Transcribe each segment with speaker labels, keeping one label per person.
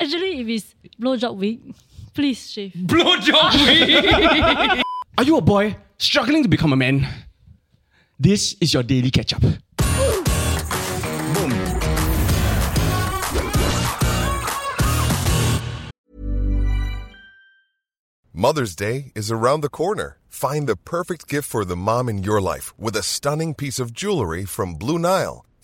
Speaker 1: Actually, if it's blowjob week, please shave.
Speaker 2: Blowjob week. Are you a boy struggling to become a man? This is your daily catch up.
Speaker 3: Mother's Day is around the corner. Find the perfect gift for the mom in your life with a stunning piece of jewelry from Blue Nile.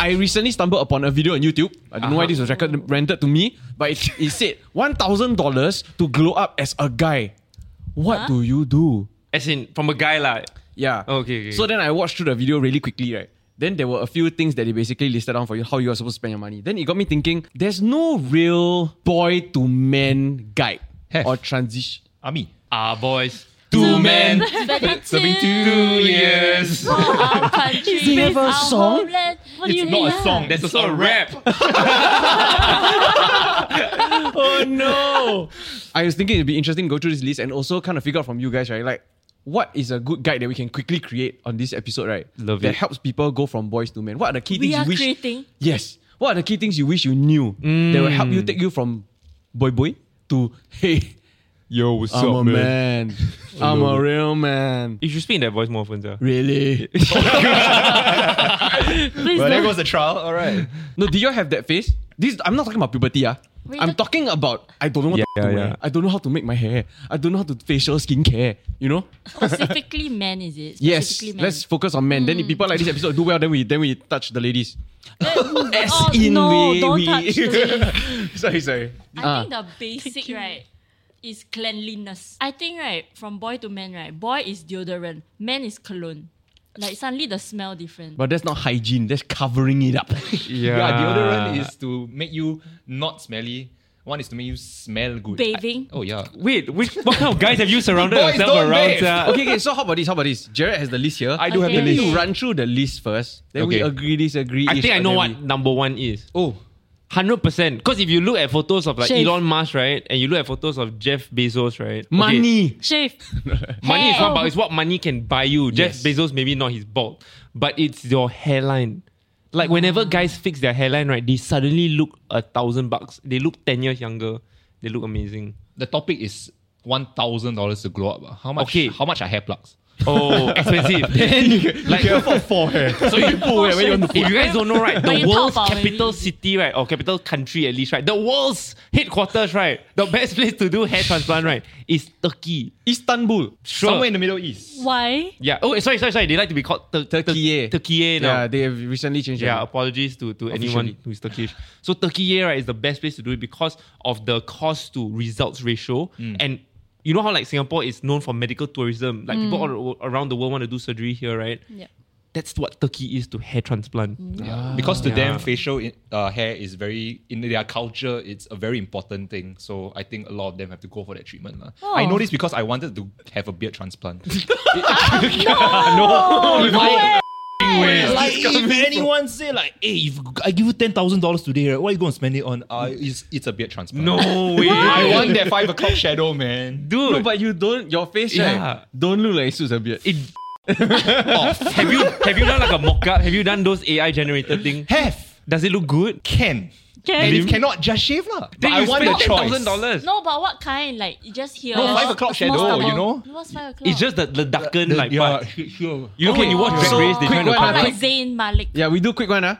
Speaker 2: I recently stumbled upon a video on YouTube. I don't know why this was record- rendered to me, but it, it said $1,000 to glow up as a guy. What do you do?
Speaker 4: As in, from a guy lah.
Speaker 2: Yeah.
Speaker 4: Okay, okay.
Speaker 2: So then I watched through the video really quickly, right? Then there were a few things that they basically listed down for you, how you are supposed to spend your money. Then it got me thinking, there's no real boy to man guide
Speaker 5: Have.
Speaker 2: or transition.
Speaker 5: Army.
Speaker 4: Ah, boys.
Speaker 5: Two men
Speaker 6: Serving
Speaker 5: two years.
Speaker 6: our country.
Speaker 2: Do you have a
Speaker 6: our
Speaker 2: song?
Speaker 6: homeland. What do you
Speaker 5: It's not
Speaker 6: mean?
Speaker 5: a song.
Speaker 4: That's
Speaker 5: it's
Speaker 4: also a rap.
Speaker 2: Oh no! I was thinking it'd be interesting to go through this list and also kind of figure out from you guys, right? Like, what is a good guide that we can quickly create on this episode, right?
Speaker 4: Love
Speaker 2: that
Speaker 4: it.
Speaker 2: helps people go from boys to men. What are the key
Speaker 1: We
Speaker 2: things
Speaker 1: are
Speaker 2: you wish?
Speaker 1: creating.
Speaker 2: Yes. What are the key things you wish you knew that will help you
Speaker 4: Mm.
Speaker 2: take you from boy boy to hey,
Speaker 5: Yo, what's
Speaker 2: I'm a man, I'm a real man.
Speaker 4: You should speak in that voice more often, sir.
Speaker 2: Really?
Speaker 1: Please
Speaker 5: Well, there
Speaker 1: don't.
Speaker 5: goes the trial. All right.
Speaker 2: no, do you all have that face? This I'm not talking about puberty, ah.
Speaker 6: Wait,
Speaker 2: I'm
Speaker 6: the-
Speaker 2: talking about I don't know what
Speaker 4: Yeah,
Speaker 2: to
Speaker 4: yeah,
Speaker 2: wear.
Speaker 4: yeah.
Speaker 2: I don't know how to make my hair. I don't know how to facial skincare. You know?
Speaker 6: Specifically men, is it?
Speaker 2: Yes,
Speaker 6: Specifically men. Hmm.
Speaker 2: let's focus on men. Then if people like this episode do well, then we then we touch the ladies. As
Speaker 1: oh,
Speaker 2: in
Speaker 1: no,
Speaker 2: we,
Speaker 1: don't
Speaker 2: we-
Speaker 1: touch the ladies.
Speaker 2: sorry, sorry. Ah,
Speaker 6: I think the basic right is cleanliness. I think right from boy to man right, boy is deodorant, man is cologne. Like suddenly the smell different.
Speaker 2: But that's not hygiene. That's covering it up.
Speaker 4: Yeah.
Speaker 5: Yeah,
Speaker 4: Ah.
Speaker 5: deodorant is to make you not smelly. One is to make you smell good.
Speaker 6: Bathing.
Speaker 5: oh yeah.
Speaker 4: Wait, which, what kind of guys have you surrounded
Speaker 5: Boys
Speaker 4: yourself
Speaker 5: don't
Speaker 4: around, uh?
Speaker 5: bathe.
Speaker 4: sir?
Speaker 2: okay, okay. So how about this? How about this? Jared has the list here.
Speaker 5: I do have the
Speaker 6: Okay.
Speaker 2: Maybe
Speaker 5: list.
Speaker 2: you run through the list first. Then we
Speaker 5: Okay.
Speaker 2: agree, disagree.
Speaker 4: I
Speaker 2: ish,
Speaker 4: think
Speaker 2: and
Speaker 4: I know
Speaker 2: then
Speaker 4: what
Speaker 2: we-
Speaker 4: number one is.
Speaker 2: Oh,
Speaker 4: Hundred percent. Because if you look at photos of like
Speaker 1: Shave.
Speaker 4: Elon Musk, right, and you look at photos of Jeff Bezos, right, okay,
Speaker 2: money.
Speaker 1: Shave.
Speaker 4: money is
Speaker 1: Hair.
Speaker 4: not about it's what money can buy you.
Speaker 2: Yes.
Speaker 4: Jeff Bezos maybe not his bald, but it's your hairline. Like whenever
Speaker 6: Mm.
Speaker 4: guys fix their hairline, right, they suddenly look a thousand bucks. They look ten years younger. They look amazing.
Speaker 5: The topic is one thousand dollars to grow up. ah. How much?
Speaker 4: Okay.
Speaker 5: How much are hair plugs?
Speaker 4: Oh, expensive. like
Speaker 2: four hair.
Speaker 4: so you pull
Speaker 2: where you want to
Speaker 4: If you guys don't know, right,
Speaker 6: But
Speaker 4: the
Speaker 6: you
Speaker 4: world's
Speaker 6: Taobao
Speaker 4: capital
Speaker 6: maybe.
Speaker 4: city, right, or capital country at least, right, the world's headquarters, right, the best place to do hair transplant, right, is Turkey.
Speaker 2: Istanbul.
Speaker 4: Sure.
Speaker 5: Somewhere in the Middle East.
Speaker 1: Why?
Speaker 4: Yeah. Oh, sorry, sorry, sorry. They like to be called Tur- Tur-
Speaker 2: Turkey. eh.
Speaker 4: Turkey eh, now.
Speaker 2: Yeah, they have recently changed.
Speaker 4: Yeah,
Speaker 2: their-
Speaker 4: apologies to, to anyone
Speaker 2: Officially.
Speaker 4: who's Turkish. So Turkey right is the best place to do it because of the cost to results ratio. And you know how like Singapore is known for medical tourism, like
Speaker 2: Mm.
Speaker 4: people all ar- around the world want to do surgery here, right?
Speaker 6: Yeah.
Speaker 4: That's what Turkey is to hair transplant.
Speaker 2: Mm.
Speaker 5: because to
Speaker 4: Ah. Yeah.
Speaker 5: them, facial i- uh, hair is very in their culture. It's a very important thing. So I think a lot of them have to go for that treatment. lah. I know this because I wanted to have a beard transplant. no, Like if anyone say like, "Hey, if I give you ten thousand dollars today, right, what are you going to spend it on?" Uh, it's, it's a beard transplant.
Speaker 4: No way.
Speaker 5: I want that five o'clock shadow, man.
Speaker 4: Dude,
Speaker 2: No, but you don't. Your face,
Speaker 4: Yeah.
Speaker 2: right, don't look like it suits a beard.
Speaker 4: it Oh, have you have you done like a mock up? Have you done those AI generated thing?
Speaker 5: Have
Speaker 4: Does it look good?
Speaker 5: can. And if cannot, just shave lah. But
Speaker 4: Then
Speaker 5: I
Speaker 4: you
Speaker 5: want the
Speaker 4: spend
Speaker 5: choice.
Speaker 4: thousand dollars.
Speaker 6: No, but what kind? Like you just here.
Speaker 5: No, five o'clock
Speaker 6: Small
Speaker 5: shadow,
Speaker 6: stubble.
Speaker 5: you know?
Speaker 6: What's five o'clock?
Speaker 4: It's just the, the darkened
Speaker 5: The-
Speaker 4: like
Speaker 5: yeah,
Speaker 4: part.
Speaker 5: sure.
Speaker 4: You know when you
Speaker 1: Oh,
Speaker 4: watch Drag
Speaker 2: So,
Speaker 4: Race, they
Speaker 2: quick
Speaker 4: try to
Speaker 2: one,
Speaker 6: Or
Speaker 2: ah,
Speaker 6: like
Speaker 2: quick-
Speaker 6: Zayn Malik.
Speaker 2: Yeah, we do quick one, huh?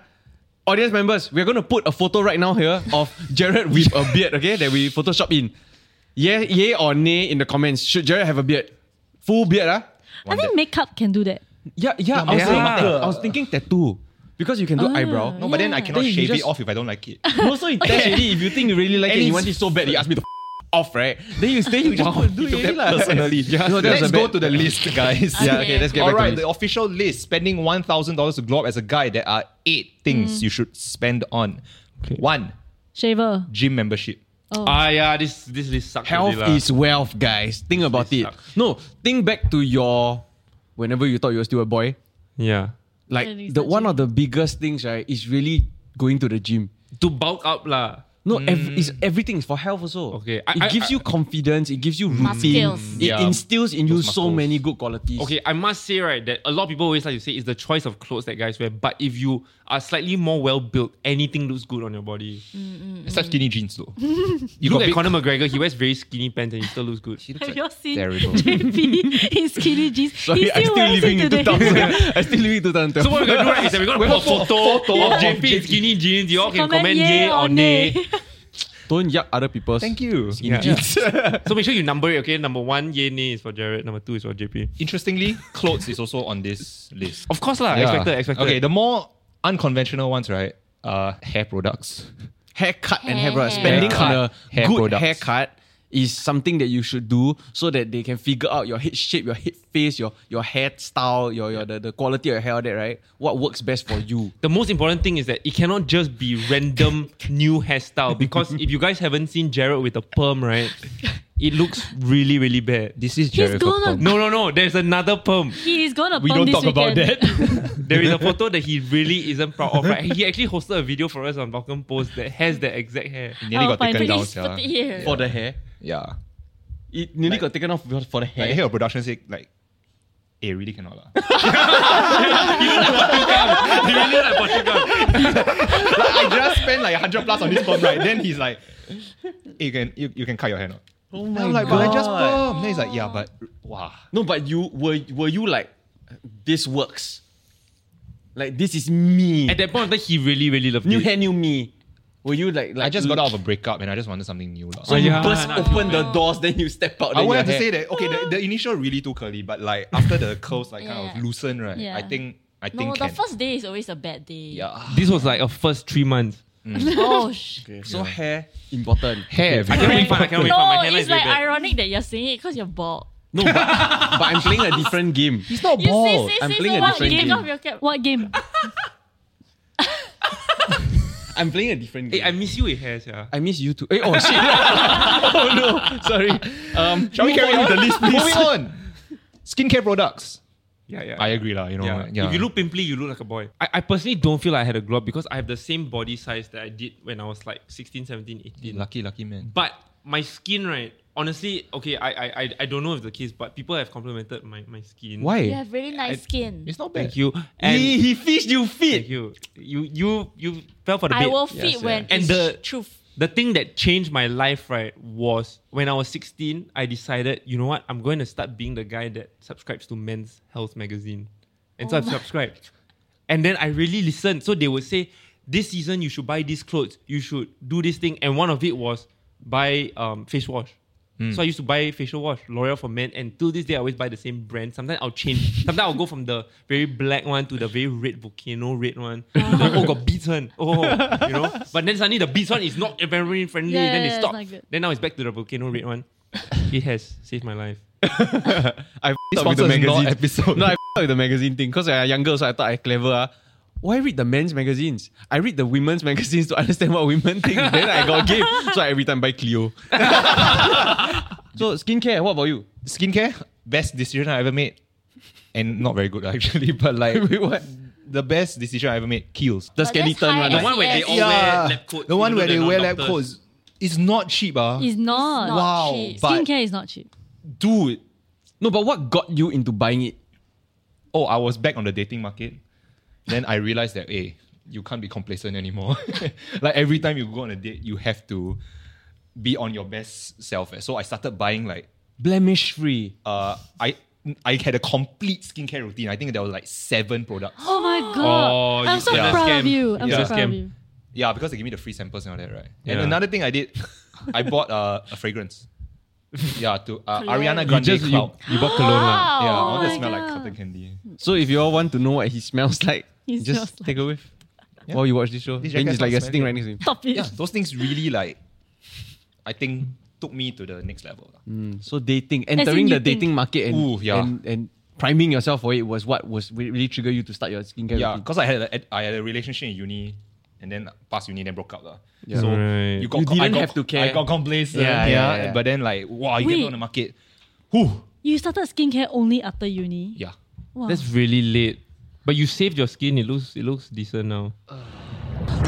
Speaker 2: Audience members, we're gonna put a photo right now here of Jared with a beard, okay? That we Photoshop in. Yeah, yay or nay in the comments. Should Jared have a beard? Full beard, huh?
Speaker 1: I think makeup can do that.
Speaker 2: Yeah, yeah. I was,
Speaker 5: Yeah.
Speaker 2: Thinking,
Speaker 5: Yeah.
Speaker 2: I was thinking tattoo. Because you can do eyebrow.
Speaker 5: No, but then I cannot
Speaker 2: Then you
Speaker 5: shave
Speaker 2: just-
Speaker 5: it off if I don't like it.
Speaker 2: No, so it test already. If you think you really like it,
Speaker 5: And
Speaker 2: and you want
Speaker 5: it's-
Speaker 2: it so bad, you ask me to f- off, right? Then you stay, you just
Speaker 5: Wow,
Speaker 2: do
Speaker 5: he took
Speaker 2: it
Speaker 5: that
Speaker 2: lah.
Speaker 5: personally.
Speaker 2: Yeah, no, that was
Speaker 5: Let's
Speaker 2: a
Speaker 5: go
Speaker 2: bad-
Speaker 5: to the list, guys.
Speaker 2: Yeah, okay, let's get
Speaker 5: All
Speaker 2: back
Speaker 5: right,
Speaker 2: to
Speaker 5: the
Speaker 2: this.
Speaker 5: official list: spending one thousand dollars to glow up as a guy. There
Speaker 2: Mm.
Speaker 5: are eight things you should spend on. One,
Speaker 1: Shaver.
Speaker 5: gym membership.
Speaker 1: Oh.
Speaker 4: Ah yeah, this this list sucks.
Speaker 2: Health
Speaker 4: already lah.
Speaker 2: is wealth, guys. Think about
Speaker 4: This
Speaker 2: it.
Speaker 4: sucks.
Speaker 2: No, think back to your whenever you thought you were still a boy.
Speaker 4: yeah.
Speaker 2: Like
Speaker 1: Really
Speaker 2: the one
Speaker 1: such
Speaker 2: of the biggest things, right, is really going to the gym.
Speaker 4: To bulk up lah.
Speaker 2: No, ev- it's everything for health also.
Speaker 4: Okay, I-
Speaker 2: it
Speaker 4: I-
Speaker 2: gives you
Speaker 4: I-
Speaker 2: confidence. It gives you routine.
Speaker 6: Muscles.
Speaker 2: It
Speaker 5: Yeah.
Speaker 2: instills in you
Speaker 5: Those
Speaker 2: so
Speaker 5: muscles.
Speaker 2: many good qualities.
Speaker 4: Okay, I must say right that a lot of people always like to say it's the choice of clothes that guys wear. But if you are slightly more well built, anything looks good on your body.
Speaker 5: Such skinny jeans though.
Speaker 4: You
Speaker 5: you
Speaker 4: look at
Speaker 5: got big
Speaker 4: Conor McGregor; he wears very skinny pants and he still looks good.
Speaker 5: He looks
Speaker 1: Have
Speaker 5: like
Speaker 1: you all seen
Speaker 5: terrible.
Speaker 1: JP in skinny jeans? he
Speaker 2: Sorry, I'm
Speaker 1: still
Speaker 2: still
Speaker 1: wears
Speaker 2: living
Speaker 1: it
Speaker 2: in
Speaker 1: today.
Speaker 2: 2000. I'm still living in 2012.
Speaker 4: So what we're gonna do right is that we're gonna put a photo,
Speaker 5: photo
Speaker 4: of
Speaker 5: of
Speaker 4: JP in
Speaker 5: JP.
Speaker 4: skinny jeans. You all can comment,
Speaker 1: Comment
Speaker 4: yay
Speaker 1: yay
Speaker 4: or
Speaker 1: or
Speaker 4: nay.
Speaker 1: nay.
Speaker 2: Don't yuck other people's.
Speaker 5: Thank you.
Speaker 4: Yeah. so make sure you number it, okay? Number one, yay, nay is for Jared. Number two is for JP.
Speaker 5: Interestingly, clothes is also on this list.
Speaker 4: Of course lah, expected, expected.
Speaker 5: Okay, the more unconventional ones, right? Uh, hair products.
Speaker 2: Haircut and hair
Speaker 6: Hair.
Speaker 2: product. Spending
Speaker 5: Haircut,
Speaker 2: on a
Speaker 5: hair
Speaker 2: good
Speaker 5: products.
Speaker 2: haircut is something that you should do so that they can figure out your head shape, your head face, your your hairstyle, your, your the, the quality of your hair, all that, right? What works best for you.
Speaker 4: the most important thing is that it cannot just be random new hairstyle because if you guys haven't seen Jared with a perm, right, it looks really, really bad.
Speaker 5: This is
Speaker 1: He's
Speaker 5: Jericho.
Speaker 1: gonna-
Speaker 5: Pong.
Speaker 4: No, no, no. There's another perm.
Speaker 1: He is gonna
Speaker 5: We
Speaker 1: burn
Speaker 5: don't
Speaker 1: this
Speaker 5: talk about
Speaker 1: weekend.
Speaker 5: that.
Speaker 4: There is a photo that he really isn't proud of. Right? He actually hosted a video for us on Vulcan Post that has that exact hair.
Speaker 5: Nearly
Speaker 1: I'll
Speaker 5: got taken
Speaker 1: find
Speaker 5: down. sia.
Speaker 6: Please put it here.
Speaker 2: For the hair.
Speaker 5: Yeah.
Speaker 2: It nearly got taken off for- for the
Speaker 5: Like,
Speaker 2: hair.
Speaker 5: I hear your production say, like, eh, really cannot. lah.
Speaker 4: He really like Portugal.
Speaker 5: like, I just spent like 100 plus on this perm, right? Then he's like, eh, you can you, you can cut your hair now.
Speaker 2: oh my
Speaker 5: I'm like, but I just perm. Then he's like, yeah, but wow.
Speaker 2: No, but you were were you like this works? Like this is me.
Speaker 4: At that point, in time, he really, really loved
Speaker 2: new
Speaker 4: it.
Speaker 2: hair, new me. Were you like like
Speaker 5: I just got out of a breakup and I just wanted something new. lah.
Speaker 2: So you
Speaker 4: yeah.
Speaker 2: burst
Speaker 4: Nah,
Speaker 2: open the doors, then you step out.
Speaker 5: I
Speaker 2: then
Speaker 5: would
Speaker 2: your
Speaker 5: have to
Speaker 2: hair-
Speaker 5: say that okay, the, the initial really too curly, but like after the curls like kind
Speaker 6: Mm. Yeah.
Speaker 5: of loosen, right?
Speaker 6: Yeah.
Speaker 5: I think I
Speaker 6: No,
Speaker 5: think
Speaker 6: the
Speaker 5: can.
Speaker 6: first day is always a bad day.
Speaker 5: yeah.
Speaker 4: This was like a first three months.
Speaker 6: Oh, sh-
Speaker 2: So hair important.
Speaker 5: Hair.
Speaker 4: I can't really find. I can't really find. My
Speaker 6: No,
Speaker 4: hairline is
Speaker 6: it's
Speaker 4: really
Speaker 6: like
Speaker 4: bad.
Speaker 6: ironic that you're saying it because you're bald.
Speaker 2: No, but, but I'm playing a different game.
Speaker 5: He's not
Speaker 6: You say, say,
Speaker 2: I'm
Speaker 6: say,
Speaker 2: playing a
Speaker 6: so what?
Speaker 2: different
Speaker 6: You take
Speaker 2: game.
Speaker 6: off your cap.
Speaker 1: What game?
Speaker 2: I'm playing a different
Speaker 4: Hey,
Speaker 2: game.
Speaker 4: I miss you with hair, yeah.
Speaker 2: I miss you too. Hey, oh shit! oh no, sorry. Um,
Speaker 5: Shall we
Speaker 2: move
Speaker 5: carry
Speaker 2: on
Speaker 5: on
Speaker 2: with the list, please?
Speaker 5: Moving on. Skincare products.
Speaker 4: Yeah, yeah.
Speaker 5: I agree, lah. You know.
Speaker 4: Oh, Yeah. If you look pimply, you look like a boy. I, I personally don't feel like I had a glow up because I have the same body size that I did when I was like 16, 17, 18.
Speaker 5: lucky, lucky man.
Speaker 4: But my skin, right? Honestly, okay, I I, I, I don't know if the case, but people have complimented my, my skin.
Speaker 6: You
Speaker 5: Why?
Speaker 6: have really nice skin.
Speaker 5: It's not bad.
Speaker 4: Thank you. And
Speaker 2: he, he fished you fit.
Speaker 4: thank you. You you you fell for the bait.
Speaker 6: I will fit when
Speaker 4: And
Speaker 6: it's
Speaker 4: the-
Speaker 6: truth.
Speaker 4: the thing that changed my life, right, was when I was 16, I decided, you know what, I'm going to start being the guy that subscribes to Men's Health magazine. And so I subscribed. And then I really listened. So they would say, this season you should buy these clothes, you should do this thing. And one of it was buy um, face wash. So I used to buy facial wash, L'Oreal for men, and till this day I always buy the same brand. Sometimes I'll change. Sometimes I'll go from the very black one to the very red volcano red one. Like, oh, got beads one. Oh, you know. But then suddenly the beads one is not environment friendly.
Speaker 1: Yeah,
Speaker 4: then
Speaker 1: yeah,
Speaker 4: they
Speaker 1: it's
Speaker 4: stop.
Speaker 1: not good.
Speaker 4: Then now it's back to the volcano red one. It has saved my life.
Speaker 2: I f***ed
Speaker 5: This
Speaker 2: up with the
Speaker 5: sponsor is not
Speaker 2: magazine
Speaker 5: episode.
Speaker 2: No, I f***ed up with the magazine thing because I younger, so I thought I clever. ah. Why read the men's magazines? I read the women's magazines to understand what women think. then I got game, so I every time buy Clio. so skincare, what about you?
Speaker 5: Oh, Skincare, best decision I ever made, and not very good lah, actually, but like
Speaker 2: Wait, what?
Speaker 5: the best decision I ever made. Keels.
Speaker 2: The
Speaker 6: But that's
Speaker 2: skeleton
Speaker 6: high
Speaker 2: one.
Speaker 4: The
Speaker 2: right?
Speaker 4: one where they
Speaker 6: SES.
Speaker 4: all wear lab coats.
Speaker 5: The one
Speaker 4: even
Speaker 5: where
Speaker 4: though
Speaker 5: they
Speaker 4: they're
Speaker 5: wear
Speaker 4: not
Speaker 5: lab
Speaker 4: doctors.
Speaker 5: coats. It's not cheap, ah.
Speaker 1: It's not.
Speaker 6: not.
Speaker 5: wow,
Speaker 6: cheap.
Speaker 5: but
Speaker 1: Skincare is not cheap.
Speaker 5: dude.
Speaker 2: No, but what got you into buying it?
Speaker 5: oh, I was back on the dating market. Then I realized that, hey, you can't be complacent anymore. like every time you go on a date, you have to be on your best self. eh. So I started buying like,
Speaker 2: Blemish free.
Speaker 5: uh, I I had a complete skincare routine. I think there were like seven products.
Speaker 1: Oh my god!
Speaker 4: you
Speaker 1: I'm so
Speaker 4: scam.
Speaker 1: proud of
Speaker 4: Scam.
Speaker 1: you. I'm
Speaker 4: Yeah.
Speaker 1: so proud of
Speaker 4: Scam.
Speaker 1: you.
Speaker 5: yeah, because they give me the free samples and all that, right? And
Speaker 4: Yeah.
Speaker 5: another thing I did, I bought uh, a fragrance. Yeah, to uh, Ariana
Speaker 4: You
Speaker 5: Grande
Speaker 4: just you,
Speaker 5: Cloud.
Speaker 4: you bought cologne. lah.
Speaker 5: yeah, I
Speaker 6: Wow.
Speaker 5: want to
Speaker 1: Oh my
Speaker 5: smell like
Speaker 1: God.
Speaker 5: cotton candy.
Speaker 2: So if you all want to know what he smells like,
Speaker 1: He smells
Speaker 2: just take a whiff while you watch this show.
Speaker 5: This
Speaker 2: then
Speaker 5: jacket
Speaker 2: it's like you're
Speaker 5: smells
Speaker 2: sitting right
Speaker 5: very
Speaker 2: next to him.
Speaker 1: Stop it.
Speaker 5: Yeah, those things really like, I think took me to the next level. lah.
Speaker 2: So dating,
Speaker 1: in
Speaker 2: entering the
Speaker 1: you think-
Speaker 2: dating market and,
Speaker 5: Ooh, yeah.
Speaker 2: and and priming yourself for it was what was re- really trigger you to start your skincare
Speaker 5: Yeah,
Speaker 2: routine.
Speaker 5: because I had a, I had a relationship in uni and then past uni then broke up. lah.
Speaker 2: Yeah.
Speaker 5: So
Speaker 4: Right.
Speaker 5: you, got,
Speaker 2: You
Speaker 5: I
Speaker 2: didn't
Speaker 5: got-
Speaker 2: have to care.
Speaker 5: I got complacent.
Speaker 2: Yeah, yeah, yeah.
Speaker 5: But then like wow, you get
Speaker 1: Wait.
Speaker 5: on the market. Whew.
Speaker 1: You started skincare only after uni.
Speaker 5: Yeah.
Speaker 1: Wow.
Speaker 4: That's really late. But you saved your skin. It looks it looks decent now.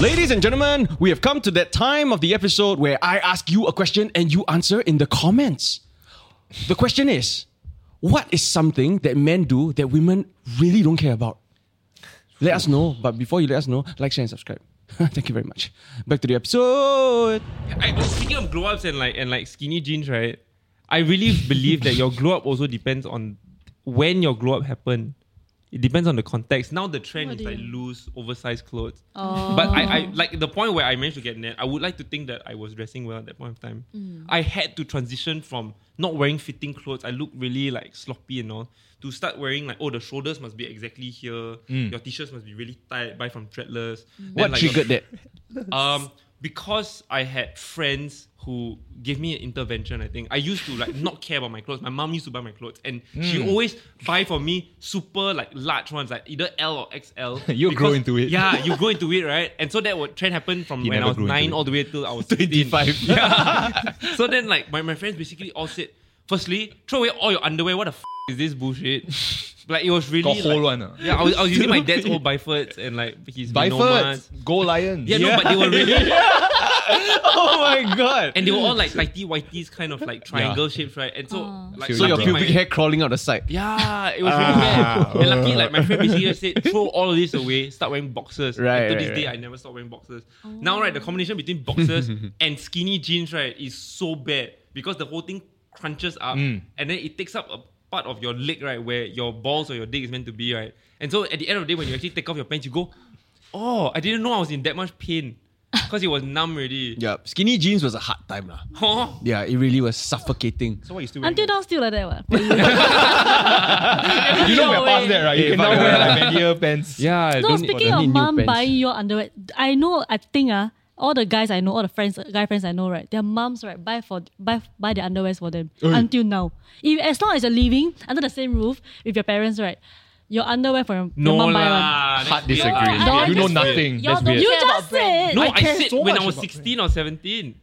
Speaker 2: Ladies and gentlemen, we have come to that time of the episode where I ask you a question and you answer in the comments. The question is what is something that men do that women really don't care about? Let us know, but before you let us know, like, share, and subscribe. Thank you very much. Back to the episode.
Speaker 4: I, oh, speaking of glow ups and like and like skinny jeans, right? I really believe that your glow up also depends on when your glow up happened. It depends on the context. Now the trend
Speaker 1: What
Speaker 4: is
Speaker 1: do
Speaker 4: like
Speaker 1: you-
Speaker 4: loose, oversized clothes.
Speaker 1: Oh.
Speaker 4: But I, I like the point where I managed to get net. I would like to think that I was dressing well at that point of time.
Speaker 1: Mm.
Speaker 4: I had to transition from not wearing fitting clothes. I look really like sloppy and all to start wearing like oh the shoulders must be exactly here. Your t-shirts must be really tight. Buy from
Speaker 1: Mm.
Speaker 4: Threadless. Then,
Speaker 2: Mm. What
Speaker 4: like, your-
Speaker 2: triggered that?
Speaker 4: um, because I had friends who gave me an intervention. I think I used to like not care about my clothes. My mom used to buy my clothes, and she
Speaker 5: Hmm.
Speaker 4: always buy for me super like large ones, like either L or XL.
Speaker 5: You grow
Speaker 4: Because-
Speaker 5: into it.
Speaker 4: Yeah, you go into it, right? And so that what trend happened from when
Speaker 5: never
Speaker 4: I was
Speaker 5: grew into
Speaker 4: nine
Speaker 5: it.
Speaker 4: all the way till I was twenty-five. Yeah. so then, like my, my friends basically all said, firstly, throw away all your underwear. What the f- is this bullshit? Like it was really
Speaker 5: Got whole
Speaker 4: like-
Speaker 5: one, ah.
Speaker 4: Yeah, I was, I was using my dad's old Bifords and like his Vinomas.
Speaker 5: Biford, go Lions.
Speaker 4: Yeah, no, but they were really
Speaker 2: oh my god.
Speaker 4: and they were all like tighty whiteys kind of like triangle shapes, right? And so like
Speaker 2: so your
Speaker 4: lucky
Speaker 2: pubic
Speaker 4: my-
Speaker 2: hair Ah. crawling out the side.
Speaker 4: Yeah, it was really bad. And lucky like my friend basically just said, throw all of this away, start wearing boxers.
Speaker 2: Right,
Speaker 4: And to
Speaker 2: right,
Speaker 4: this day
Speaker 2: right.
Speaker 4: I never stopped wearing boxers. Now right, the combination between boxers and skinny jeans, right, is so bad because the whole thing crunches up
Speaker 2: Mm.
Speaker 4: and then it takes up a part of your leg, right, where your balls or your dick is meant to be, right? And so at the end of the day when you actually take off your pants, you go, Oh, I didn't know I was in that much pain. Because it was numb already.
Speaker 2: Yeah, skinny jeans was a hard time. lah.
Speaker 4: Huh?
Speaker 2: Yeah, it really was suffocating.
Speaker 5: So what you still
Speaker 1: Until now, still like that. What?
Speaker 5: You
Speaker 1: No
Speaker 5: know we're past
Speaker 1: way.
Speaker 5: that, right? You
Speaker 2: Yeah,
Speaker 5: can now
Speaker 2: but-
Speaker 5: wear like baggier pants.
Speaker 4: Yeah,
Speaker 1: no, speaking
Speaker 2: I
Speaker 1: of
Speaker 2: need new
Speaker 1: mom
Speaker 2: pants.
Speaker 1: buying your underwear, I know. I think ah, all the guys I know, all the friends, guy friends I know, right? Their moms right buy for buy buy their underwears for them until now. If as long as you're living under the same roof with your parents, right? Your underwear for your,
Speaker 4: No
Speaker 1: your mom buy one.
Speaker 4: lah.
Speaker 5: Hard
Speaker 4: that's weird.
Speaker 5: disagree.
Speaker 1: No, I
Speaker 5: you know
Speaker 1: just-
Speaker 5: nothing.
Speaker 6: Y'all
Speaker 5: That's
Speaker 6: don't
Speaker 5: weird.
Speaker 1: You
Speaker 6: care
Speaker 1: just
Speaker 6: about brand.
Speaker 1: said
Speaker 4: No, I,
Speaker 5: care
Speaker 4: said
Speaker 5: so
Speaker 4: when
Speaker 5: much
Speaker 4: I was
Speaker 5: about
Speaker 4: 16 or 17.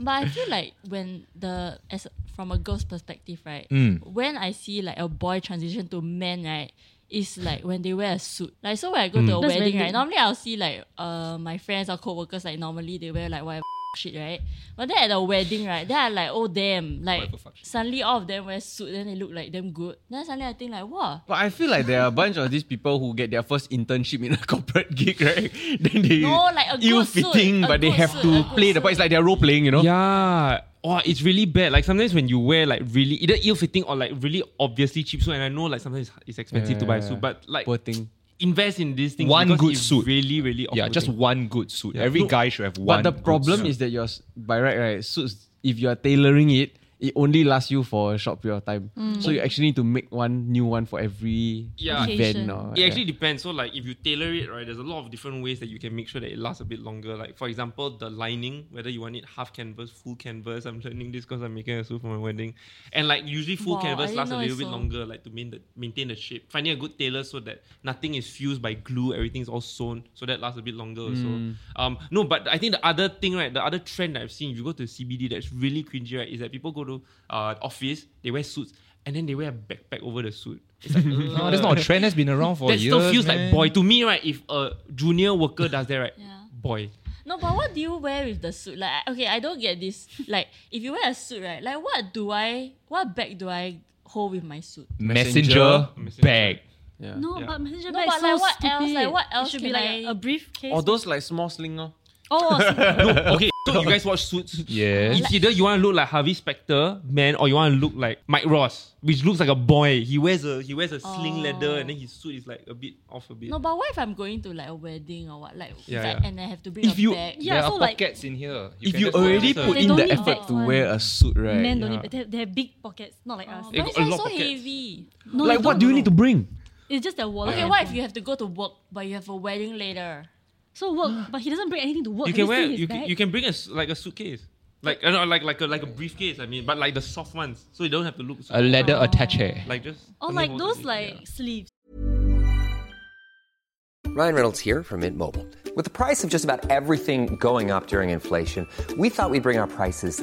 Speaker 6: But I feel like when the as from a girl's perspective, right?
Speaker 2: Mm.
Speaker 6: When I see like a boy transition to men, right? Is like when they wear a suit. Like so when I go
Speaker 2: Mm.
Speaker 6: to a
Speaker 1: That's
Speaker 6: wedding,
Speaker 1: very
Speaker 6: right?
Speaker 1: good.
Speaker 6: Normally I'll see like uh my friends or co-workers like normally they wear like whatever shit, right? But then at the wedding, right? Then I like, oh damn, like
Speaker 5: Whatever fuck shit.
Speaker 6: suddenly all of them wear suit, then they look like them good. Then suddenly I think like, wow.
Speaker 2: But I feel like there are a bunch of these people who get their first internship in a corporate gig, right? then they
Speaker 6: No, Oh, like a good
Speaker 2: ill-fitting,
Speaker 6: suit, a
Speaker 2: but they
Speaker 6: good
Speaker 2: have
Speaker 6: suit, a
Speaker 2: to
Speaker 6: good
Speaker 2: play the part. It's
Speaker 6: suit.
Speaker 2: like they're role playing, you know?
Speaker 4: Yeah. Oh, it's really bad. Like sometimes when you wear like really either ill-fitting or like really obviously cheap suit, and I know like sometimes it's- it's expensive to buy a
Speaker 2: Yeah.
Speaker 4: suit, but like
Speaker 2: Poor thing.
Speaker 4: invest in these things.
Speaker 5: One
Speaker 4: because
Speaker 5: good
Speaker 4: it
Speaker 5: suit.
Speaker 4: Really, really.
Speaker 5: Yeah, just
Speaker 4: off-putting.
Speaker 5: one good suit.
Speaker 4: Yeah.
Speaker 5: Every
Speaker 4: No,
Speaker 5: guy should have one.
Speaker 2: But the
Speaker 5: good
Speaker 2: problem
Speaker 5: suit.
Speaker 2: is that your s- by right, right, suits, if you are tailoring it, it only lasts you for a short period of time.
Speaker 1: Mm.
Speaker 2: So you actually need to make one new one for every
Speaker 4: Yeah.
Speaker 2: event.
Speaker 1: Occasion.
Speaker 2: Or,
Speaker 4: It actually depends. So like if you tailor it right, there's a lot of different ways that you can make sure that it lasts a bit longer. Like for example, the lining, whether you want it half canvas, full canvas. I'm learning this because I'm making a suit for my wedding, and like usually full
Speaker 6: Wow, I
Speaker 4: canvas
Speaker 6: didn't
Speaker 4: lasts a
Speaker 6: know
Speaker 4: little
Speaker 6: it's
Speaker 4: bit
Speaker 6: so-
Speaker 4: longer, like to main the, maintain the shape. Finding a good tailor so that nothing is fused by glue, everything's all sewn, so that lasts a bit longer. So um no, but I think the other thing right, the other trend that I've seen, if you go to CBD, that's really cringy right, is that people go to uh office, they wear suits. And then they wear a backpack over the suit. It's like,
Speaker 5: No, that's not a trend. That's been around for
Speaker 4: that
Speaker 5: years.
Speaker 4: still feels
Speaker 5: man.
Speaker 4: like boy to me, right? If a junior worker does that, right?
Speaker 6: Yeah.
Speaker 4: Boy.
Speaker 6: No, but what do you wear with the suit? Like, I- okay, I don't get this. Like, if you wear a suit, right? Like, what do I? What bag do I hold with my suit?
Speaker 5: messenger,
Speaker 4: Messenger.
Speaker 5: bag.
Speaker 2: yeah.
Speaker 1: No,
Speaker 4: Yeah.
Speaker 1: but messenger
Speaker 6: No,
Speaker 1: bag
Speaker 6: but
Speaker 1: is so
Speaker 6: like, what else?
Speaker 1: stupid.
Speaker 6: Like, what else
Speaker 1: It should
Speaker 6: can
Speaker 1: be like
Speaker 6: I-
Speaker 1: a briefcase.
Speaker 2: Or those like small sling, oh.
Speaker 1: oh,
Speaker 4: Okay, so you guys watch Suits.
Speaker 5: Yes.
Speaker 4: It's either you want to look like Harvey Specter, man, or you want to look like Mike Ross, which looks like a boy. He wears a he wears a sling
Speaker 6: Oh.
Speaker 4: leather, and then his suit is like a bit off a bit.
Speaker 6: No, but what if I'm going to like a wedding or what? Like,
Speaker 4: Yeah,
Speaker 6: if I-
Speaker 4: yeah.
Speaker 6: and I have to bring
Speaker 2: If
Speaker 6: a
Speaker 2: you-
Speaker 6: bag.
Speaker 1: Yeah, so like-
Speaker 5: in here.
Speaker 2: If you
Speaker 5: can just wear
Speaker 2: already
Speaker 5: this, uh,
Speaker 2: put
Speaker 1: They
Speaker 2: in
Speaker 1: don't
Speaker 2: the
Speaker 1: need
Speaker 2: effort
Speaker 1: that
Speaker 2: to
Speaker 1: one.
Speaker 2: wear a suit, right?
Speaker 1: men don't
Speaker 4: yeah.
Speaker 1: need. They have, they have big pockets, not like us.
Speaker 6: Oh,
Speaker 4: It
Speaker 6: but
Speaker 4: got
Speaker 6: it's
Speaker 4: a lot
Speaker 6: not
Speaker 4: of
Speaker 6: so
Speaker 4: pockets.
Speaker 6: heavy.
Speaker 1: No,
Speaker 2: like,
Speaker 1: they
Speaker 2: what
Speaker 1: don't.
Speaker 2: do you need to bring?
Speaker 1: It's just their wallet.
Speaker 6: Okay, what if you have to go to work but you have a wedding later?
Speaker 1: So work, but he doesn't bring anything to work. Have
Speaker 4: you can
Speaker 1: seen
Speaker 4: wear
Speaker 1: his
Speaker 4: you can,
Speaker 1: bag?
Speaker 4: you can bring a s- like a suitcase, like uh, no, like like a, like a briefcase. I mean, but like the soft ones, so you don't have to look so
Speaker 5: a leather attache.
Speaker 4: like just
Speaker 1: Or
Speaker 4: something
Speaker 1: like
Speaker 4: more-
Speaker 1: those
Speaker 4: yeah.
Speaker 1: like sleeves.
Speaker 7: Ryan Reynolds here from Mint Mobile. With the price of just about everything going up during inflation, we thought we'd bring our prices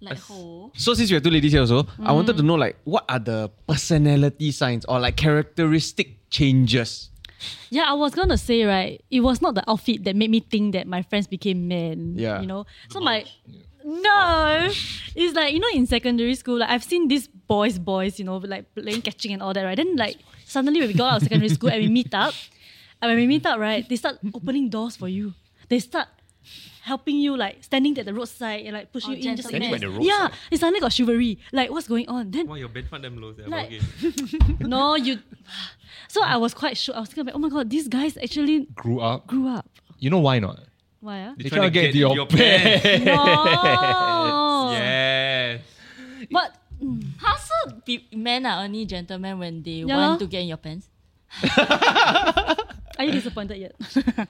Speaker 6: Like whole.
Speaker 2: So since we have two ladies here also, I wanted
Speaker 6: Mm.
Speaker 2: to know like what are the personality signs or like characteristic changes?
Speaker 1: Yeah, I was gonna say right. It was not the outfit that made me think that my friends became men.
Speaker 2: Yeah.
Speaker 1: you know. So my no, it's like you know in secondary school, like I've seen these boys, boys, you know, like playing catching and all that. Right. Then like suddenly when we got out of secondary school and we meet up, and when we meet up, right, they start opening doors for you. They start helping you like standing at the roadside and like pushing
Speaker 6: Oh,
Speaker 1: you in just like
Speaker 6: gentlemen. Standing by
Speaker 5: the
Speaker 1: yeah it suddenly got chivalry like what's going on then
Speaker 4: Why your bed fund damn low sia,
Speaker 1: Like-
Speaker 4: okay.
Speaker 1: no you so I was quite sure I was thinking like, oh my god these guys actually
Speaker 5: Grew up.
Speaker 1: grew up
Speaker 5: You know why not?
Speaker 1: why ah?
Speaker 5: They
Speaker 4: trying to get into your pants.
Speaker 1: No.
Speaker 4: Yes.
Speaker 1: But
Speaker 6: How so? Be- men are only gentlemen when they
Speaker 1: Yeah
Speaker 6: want
Speaker 1: lor.
Speaker 6: to get in your pants.
Speaker 1: are you disappointed yet?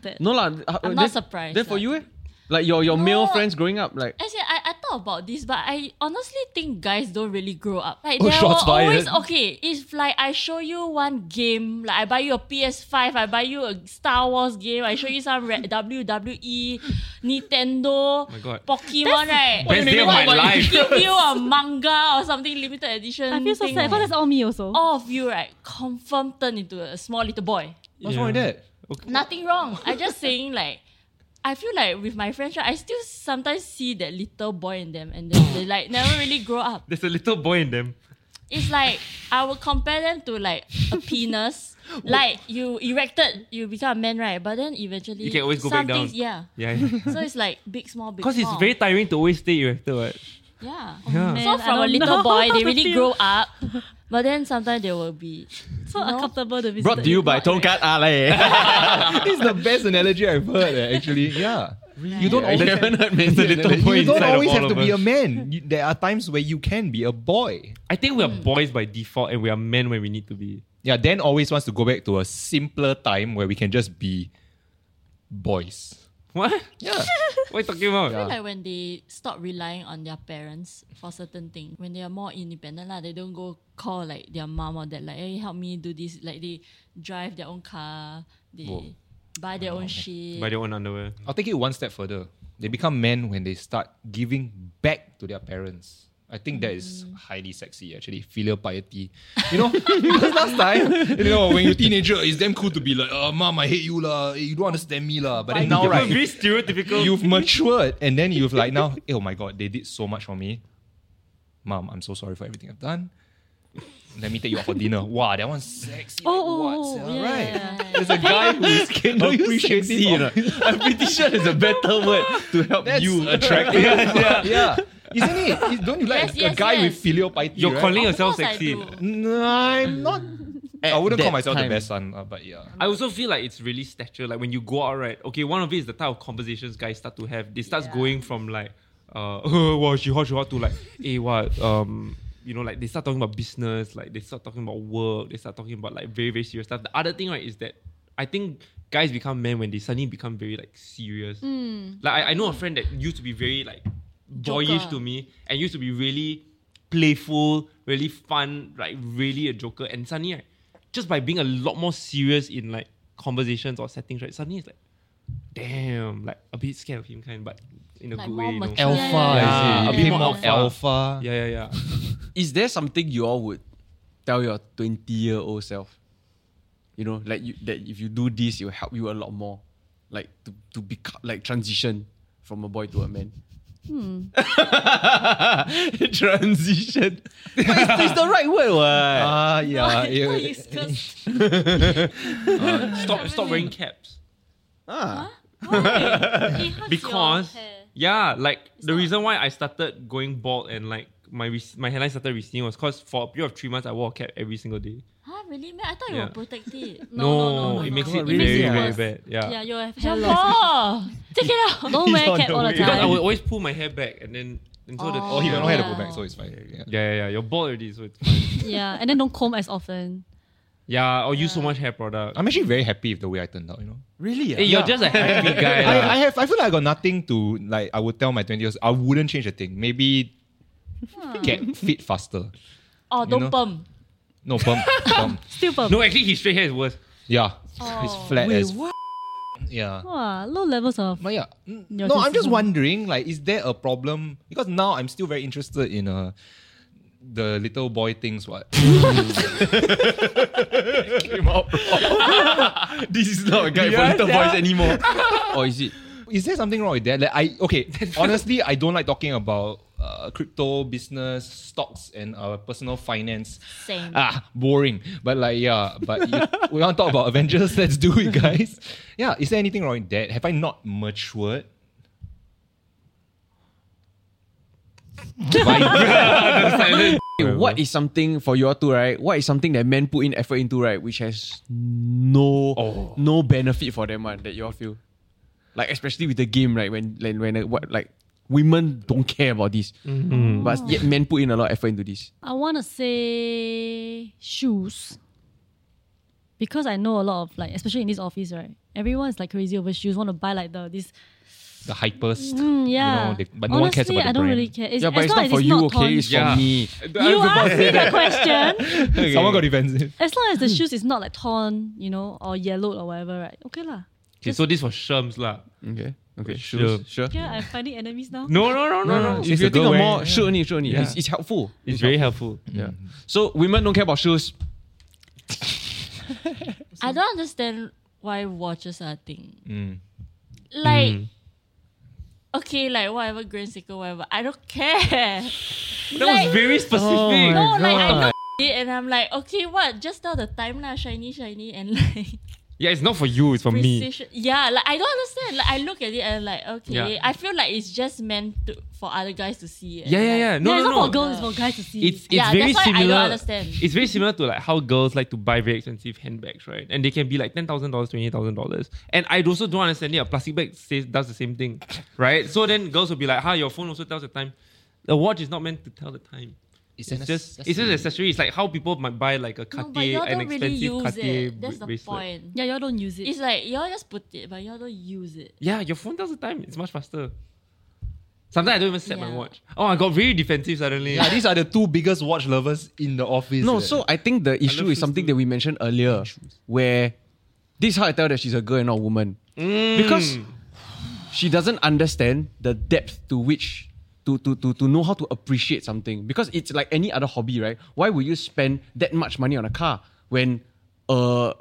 Speaker 1: That-
Speaker 2: No lah. uh,
Speaker 6: I'm
Speaker 2: then-
Speaker 6: not surprised,
Speaker 2: Then for
Speaker 6: like-
Speaker 2: you, eh? like your your male
Speaker 6: No.
Speaker 2: friends growing up, like
Speaker 6: Actually, I, I thought about this, but I honestly think guys don't really grow up. Like
Speaker 5: Oh,
Speaker 6: there were
Speaker 5: shots fired.
Speaker 6: always okay. If like I show you one game, like I buy you a PS Five, I buy you a Star Wars game, I show you some re- WWE,
Speaker 5: Oh
Speaker 6: Nintendo,
Speaker 4: my God.
Speaker 6: Pokemon, right?
Speaker 4: Best day of my
Speaker 6: Like,
Speaker 4: life.
Speaker 6: Give you a manga or something limited edition.
Speaker 1: I feel so
Speaker 6: thing,
Speaker 1: sad. But
Speaker 6: right?
Speaker 1: that's all me also.
Speaker 6: All of you, right? Confirm turn into a small little boy.
Speaker 5: What's wrong with that?
Speaker 6: Nothing wrong. I just saying like I feel like with my friends, right, I still sometimes see that little boy in them and then they like never really grow up.
Speaker 4: There's a little boy in them.
Speaker 6: It's like I would compare them to like a penis. like you erected, you become a man, right? But then eventually
Speaker 4: You can always go
Speaker 6: some
Speaker 4: back down.
Speaker 6: things- yeah.
Speaker 4: Yeah.
Speaker 6: So it's like big small, big
Speaker 4: Because
Speaker 6: small.
Speaker 5: Oh.
Speaker 4: it's very tiring to always stay erected, right?
Speaker 6: yeah.
Speaker 4: Yeah.
Speaker 1: man.
Speaker 6: So
Speaker 1: I
Speaker 6: from a
Speaker 1: don't know
Speaker 6: little boy,
Speaker 1: how
Speaker 6: they
Speaker 1: to
Speaker 6: really
Speaker 1: feel.
Speaker 6: grow up. But then sometimes they will be
Speaker 1: so uncomfortable to visit.
Speaker 2: brought to you by Tonkat Ale.
Speaker 5: It's the best analogy I've heard, eh, actually. Yeah. You don't
Speaker 2: I
Speaker 5: always
Speaker 2: haven't heard
Speaker 5: have,
Speaker 2: many little
Speaker 5: you
Speaker 2: boy
Speaker 5: don't
Speaker 2: inside of
Speaker 5: always
Speaker 2: all
Speaker 5: have to
Speaker 2: of
Speaker 5: be a
Speaker 2: us.
Speaker 5: man. You- there are times where you can be a boy.
Speaker 4: I think we are
Speaker 5: Hmm.
Speaker 4: boys by default and we are men when we need to be.
Speaker 5: Yeah, Dan always wants to go back to a simpler time where we can just be boys.
Speaker 4: What?
Speaker 5: Yeah.
Speaker 4: What are you talking about?
Speaker 6: feel like when they stop relying on their parents for certain things, when they are more independent, lah, they don't go call like their mom or that, like, hey, help me do this. Like they drive their own car, they buy their own shit.
Speaker 4: By their own underwear.
Speaker 5: I'll take it one step further. They become men when they start giving back to their parents. I think that is highly sexy, actually. Filial piety. You know, because last time, you know, when you're a teenager, it's damn cool to be like, oh, mom, I hate you, lah. Eh, You don't understand me, lah. But then now,
Speaker 4: You're
Speaker 5: right?
Speaker 4: Very stereotypical.
Speaker 5: You've matured, and then you've like now. eh, Oh my god, they did so much for me. Mom, I'm so sorry for everything I've done. Let me take you out for dinner. Wow, that one's sexy.
Speaker 1: Oh, oh,
Speaker 5: Like,
Speaker 1: oh,
Speaker 5: what?
Speaker 1: yeah,
Speaker 5: right.
Speaker 1: yeah,
Speaker 5: There's a guy who's kind of appreciative.
Speaker 2: Sexy, you
Speaker 5: of-
Speaker 2: know. I'm pretty sure there's a better word to help
Speaker 5: That's
Speaker 2: you attract.
Speaker 5: attractive. yeah, yeah. Isn't it? Is- Don't you like
Speaker 6: Yes,
Speaker 5: a
Speaker 6: yes,
Speaker 5: guy
Speaker 6: yes.
Speaker 5: with filial piety?
Speaker 4: You're
Speaker 5: right?
Speaker 4: calling
Speaker 6: Of
Speaker 4: yourself
Speaker 6: course I
Speaker 4: sexy.
Speaker 6: do.
Speaker 5: No, I'm not. I wouldn't call
Speaker 2: that
Speaker 5: myself
Speaker 2: time.
Speaker 5: the best son, uh, but yeah.
Speaker 4: I also feel like it's really stature. Like when you go out, right? Okay, one of it is the type of conversations guys start to have. They starts going from like, uh, oh, wow, she hot, she hot, to like, hey, what, um, you know, like they start talking about business, like they start talking about work, they start talking about like very, very serious stuff. The other thing, right, is that I think guys become men when they suddenly become very like serious. Like I, I know a friend that used to be very like boyish
Speaker 6: Joker.
Speaker 4: to me and used to be really playful, really fun, like really a joker. And suddenly, right, just by being a lot more serious in like conversations or settings, right? Suddenly it's like, damn, like a bit scared of him kind, but in a
Speaker 6: Like
Speaker 4: good
Speaker 6: more
Speaker 4: way, you know.
Speaker 6: mature. Alpha,
Speaker 4: Yeah, is it? a
Speaker 5: You
Speaker 4: bit
Speaker 5: came
Speaker 4: more
Speaker 5: out
Speaker 4: alpha.
Speaker 5: alpha.
Speaker 4: Yeah, yeah, yeah.
Speaker 2: Is there something you all would tell your 20 year old self? You know, like you, that if you do this, it will help you a lot more. Like to, to become like transition from a boy to a man. transition. But it's, it's the right word, what?
Speaker 5: Ah, yeah. yeah.
Speaker 1: It's just-
Speaker 4: Stop, stop wearing caps.
Speaker 1: it hurts
Speaker 4: because
Speaker 1: your hair.
Speaker 4: yeah, like the reason why I started going bald and like my rec- my hairline started receding was because for a period of three months I wore a cap every single day.
Speaker 6: Huh, really? Man, I thought
Speaker 4: Yeah.
Speaker 6: you were protected.
Speaker 4: No, it makes it
Speaker 1: It makes
Speaker 4: very,
Speaker 1: it
Speaker 4: very
Speaker 1: worse.
Speaker 4: bad. Yeah.
Speaker 1: Yeah, you have hair
Speaker 6: Hello.
Speaker 1: loss.
Speaker 6: Take it out.
Speaker 1: Don't wear
Speaker 5: He's on
Speaker 1: cap
Speaker 5: the
Speaker 1: all the
Speaker 5: way.
Speaker 4: Because I
Speaker 1: time.
Speaker 4: would always pull my hair back and then and so the
Speaker 5: Oh, he don't know how to go
Speaker 6: Yeah.
Speaker 5: back, so it's fine. Yeah.
Speaker 4: Yeah, yeah, yeah. You're bald already, so it's fine.
Speaker 1: Yeah, and then don't comb as often.
Speaker 4: yeah, or use so much hair product.
Speaker 5: I'm actually very happy with the way I turned out. You know,
Speaker 2: Really?
Speaker 4: Hey, you're just a happy guy. lah.
Speaker 5: I, I have. I feel like I got nothing to like. I would tell my twenty years. I wouldn't change a thing. Maybe get fit faster.
Speaker 6: Oh, don't
Speaker 5: know.
Speaker 6: pump.
Speaker 5: No bump. bump.
Speaker 1: Still purple.
Speaker 4: no, actually, his straight hair is worse.
Speaker 5: Yeah, it's flat
Speaker 2: Wait,
Speaker 5: as.
Speaker 2: what?
Speaker 5: Yeah.
Speaker 1: Wow, Ah, low levels of
Speaker 5: But yeah, mm,
Speaker 1: Your
Speaker 5: no, I'm just
Speaker 1: criticism.
Speaker 5: wondering, like, is there a problem? Because now I'm still very interested in uh, the little boy things. What?
Speaker 2: this is not a guy
Speaker 4: Yeah,
Speaker 2: for little
Speaker 4: yeah.
Speaker 2: boys anymore. or is it?
Speaker 5: is there something wrong with that? Like, I okay. honestly, I don't like talking about uh, crypto business, stocks, and uh, personal finance.
Speaker 6: Same.
Speaker 5: Ah, boring. But like, yeah. But you, we want to talk about Avengers. Let's do it, guys. Yeah. Is there anything wrong with that? Have I not matured?
Speaker 2: Okay, what is something for you all two, right? What is something that men put in effort into, right? Which has no
Speaker 4: Oh.
Speaker 2: no benefit for them, one that you all feel. Like especially with the game, right? When when when uh, what like women don't care about this,
Speaker 4: Mm-hmm.
Speaker 2: but yet men put in a lot of effort into this.
Speaker 1: I want to say shoes. Because I know a lot of like, especially in this office, right? Everyone's like crazy over shoes. Want to buy like the this,
Speaker 5: The hypers.
Speaker 1: mm, yeah.
Speaker 5: know, they- but no one cares
Speaker 1: Honestly,
Speaker 5: about the
Speaker 1: I don't
Speaker 5: brand.
Speaker 1: really care. It's,
Speaker 2: yeah, but
Speaker 1: as
Speaker 2: it's
Speaker 1: long
Speaker 2: not
Speaker 1: as
Speaker 2: for you, okay?
Speaker 1: torn-
Speaker 2: It's for
Speaker 4: Yeah.
Speaker 2: me.
Speaker 1: You asked me the question.
Speaker 5: Someone got defensive.
Speaker 1: As long as the shoes is not like torn, you know, or yellowed or whatever, right? Okay lah.
Speaker 4: Okay, so this was Shams lah.
Speaker 2: Okay, okay,
Speaker 4: Sure.
Speaker 2: sure, sure.
Speaker 1: Yeah, I'm finding enemies now.
Speaker 4: No, no, no, no, no.
Speaker 2: If you
Speaker 5: the
Speaker 2: think
Speaker 5: girl
Speaker 2: of
Speaker 5: wearing-
Speaker 2: more, sure only, sure only.
Speaker 4: Yeah.
Speaker 2: It's, it's helpful.
Speaker 4: It's very helpful.
Speaker 2: Yeah. So women don't care about shoes.
Speaker 6: I don't understand why watches are a thing. Like, okay, like whatever, Grand Seiko, whatever. I don't care.
Speaker 4: That was very specific.
Speaker 6: no, like I know it, and I'm like, okay, what? Just tell the time lah, shiny, shiny, and like
Speaker 4: yeah, it's not for you. It's for me.
Speaker 6: precision. Yeah, like I don't understand. Like I look at it and like, okay,
Speaker 4: Yeah.
Speaker 6: I feel like it's just meant to, for other guys to see. and
Speaker 4: Yeah, yeah,
Speaker 6: like-
Speaker 4: yeah. No,
Speaker 1: yeah, it's
Speaker 4: no,
Speaker 1: not
Speaker 4: no.
Speaker 1: for girls, it's for guys to see.
Speaker 4: It's it's
Speaker 6: Yeah,
Speaker 4: very
Speaker 6: that's why I don't
Speaker 4: similar.
Speaker 6: understand.
Speaker 4: It's very similar to like how girls like to buy very expensive handbags, right? And they can be like ten thousand dollars, twenty thousand dollars. And I also don't understand it. A plastic bag says does the same thing, right? So then girls will be like, "Ha, your phone also tells the time." The watch is not meant to tell the time.
Speaker 5: It's,
Speaker 4: It's just it's just an accessory. It's like how people might buy like a
Speaker 6: No, but
Speaker 4: Cartier,
Speaker 6: y'all
Speaker 4: an
Speaker 6: don't really
Speaker 4: expensive
Speaker 6: use
Speaker 4: Cartier
Speaker 6: it. That's the
Speaker 4: bracelet.
Speaker 6: point.
Speaker 1: yeah, y'all don't use it.
Speaker 6: It's like y'all just put it, but y'all don't use it.
Speaker 4: Yeah, your phone tells the time. It's much faster. Sometimes I don't even set my
Speaker 6: Yeah.
Speaker 4: watch. Oh, I got very defensive suddenly.
Speaker 5: Yeah, these are the two biggest watch lovers in the office.
Speaker 2: No,
Speaker 5: eh.
Speaker 2: so I think the issue is
Speaker 4: shoes
Speaker 2: something
Speaker 4: too.
Speaker 2: that we mentioned earlier, where this is how I tell that she's a girl and not a woman because she doesn't understand the depth to which to, to, to, to know how to appreciate something because it's like any other hobby, right? Why would you spend that much money on a car when uh,